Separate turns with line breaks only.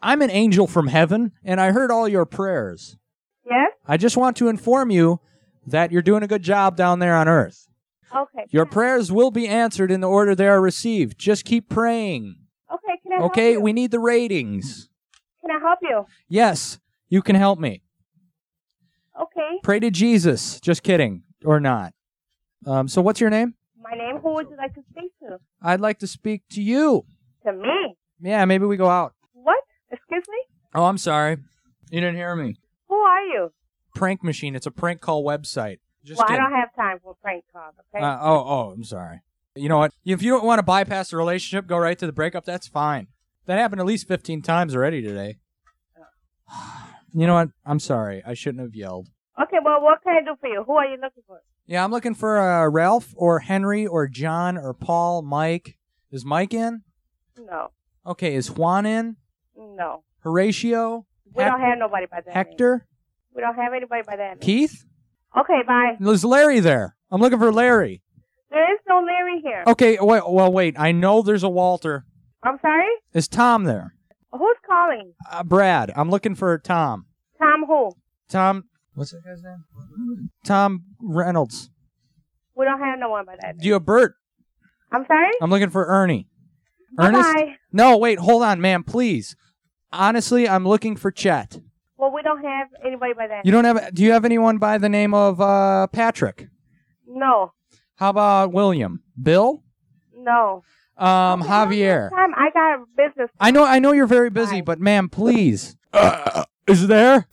I'm an angel from heaven, and I heard all your prayers.
Yes?
I just want to inform you that you're doing a good job down there on earth.
Okay.
Your
can
prayers will be answered in the order they are received. Just keep praying.
I- Okay, can I help
Okay,
you?
we need the ratings.
Can I help you?
Yes, you can help me.
Okay.
Pray to Jesus. Just kidding, or not. Um, so, what's your name?
My name, who would you like to speak to?
I'd like to speak to you.
To me.
Yeah, maybe we go out.
What? Excuse me?
Oh, I'm sorry. You didn't hear me.
Who are you?
Prank machine. It's a prank call website. Just
well,
kidding.
I don't have time for prank calls, okay?
Uh, oh, oh, I'm sorry. You know what? If you don't want to bypass the relationship, go right to the breakup. That's fine. That happened at least 15 times already today. You know what? I'm sorry. I shouldn't have yelled.
okay, well, what can I do for you? Who are you looking for?
Yeah, I'm looking for uh, Ralph or Henry or John or Paul, Mike. Is Mike in?
No.
Okay, is Juan in?
No.
Horatio?
We
Hec-
don't have nobody by that name.
Hector?
We don't have anybody by that name.
Keith?
Okay, bye.
Is Larry there? I'm looking for Larry.
There is no Larry here.
Okay, wait, well, wait. I know there's a Walter.
I'm sorry?
Is Tom there?
Who's calling?
Uh, Brad, I'm looking for Tom.
Tom who?
Tom. What's that guy's name? Tom Reynolds.
We don't have no one by that name.
Do you have Bert?
I'm sorry?
I'm looking for Ernie. Uh, Ernest?
Bye-bye.
No, wait, hold on, ma'am, please. Honestly, I'm looking for Chet.
Well, we don't have anybody by that
You don't have? Do you have anyone by the name of uh, Patrick?
name. No.
How about William? Bill?
No.
Um, Javier.
Time I got business.
I know, I know you're very busy,
Hi.
but ma'am, please. Uh, is there?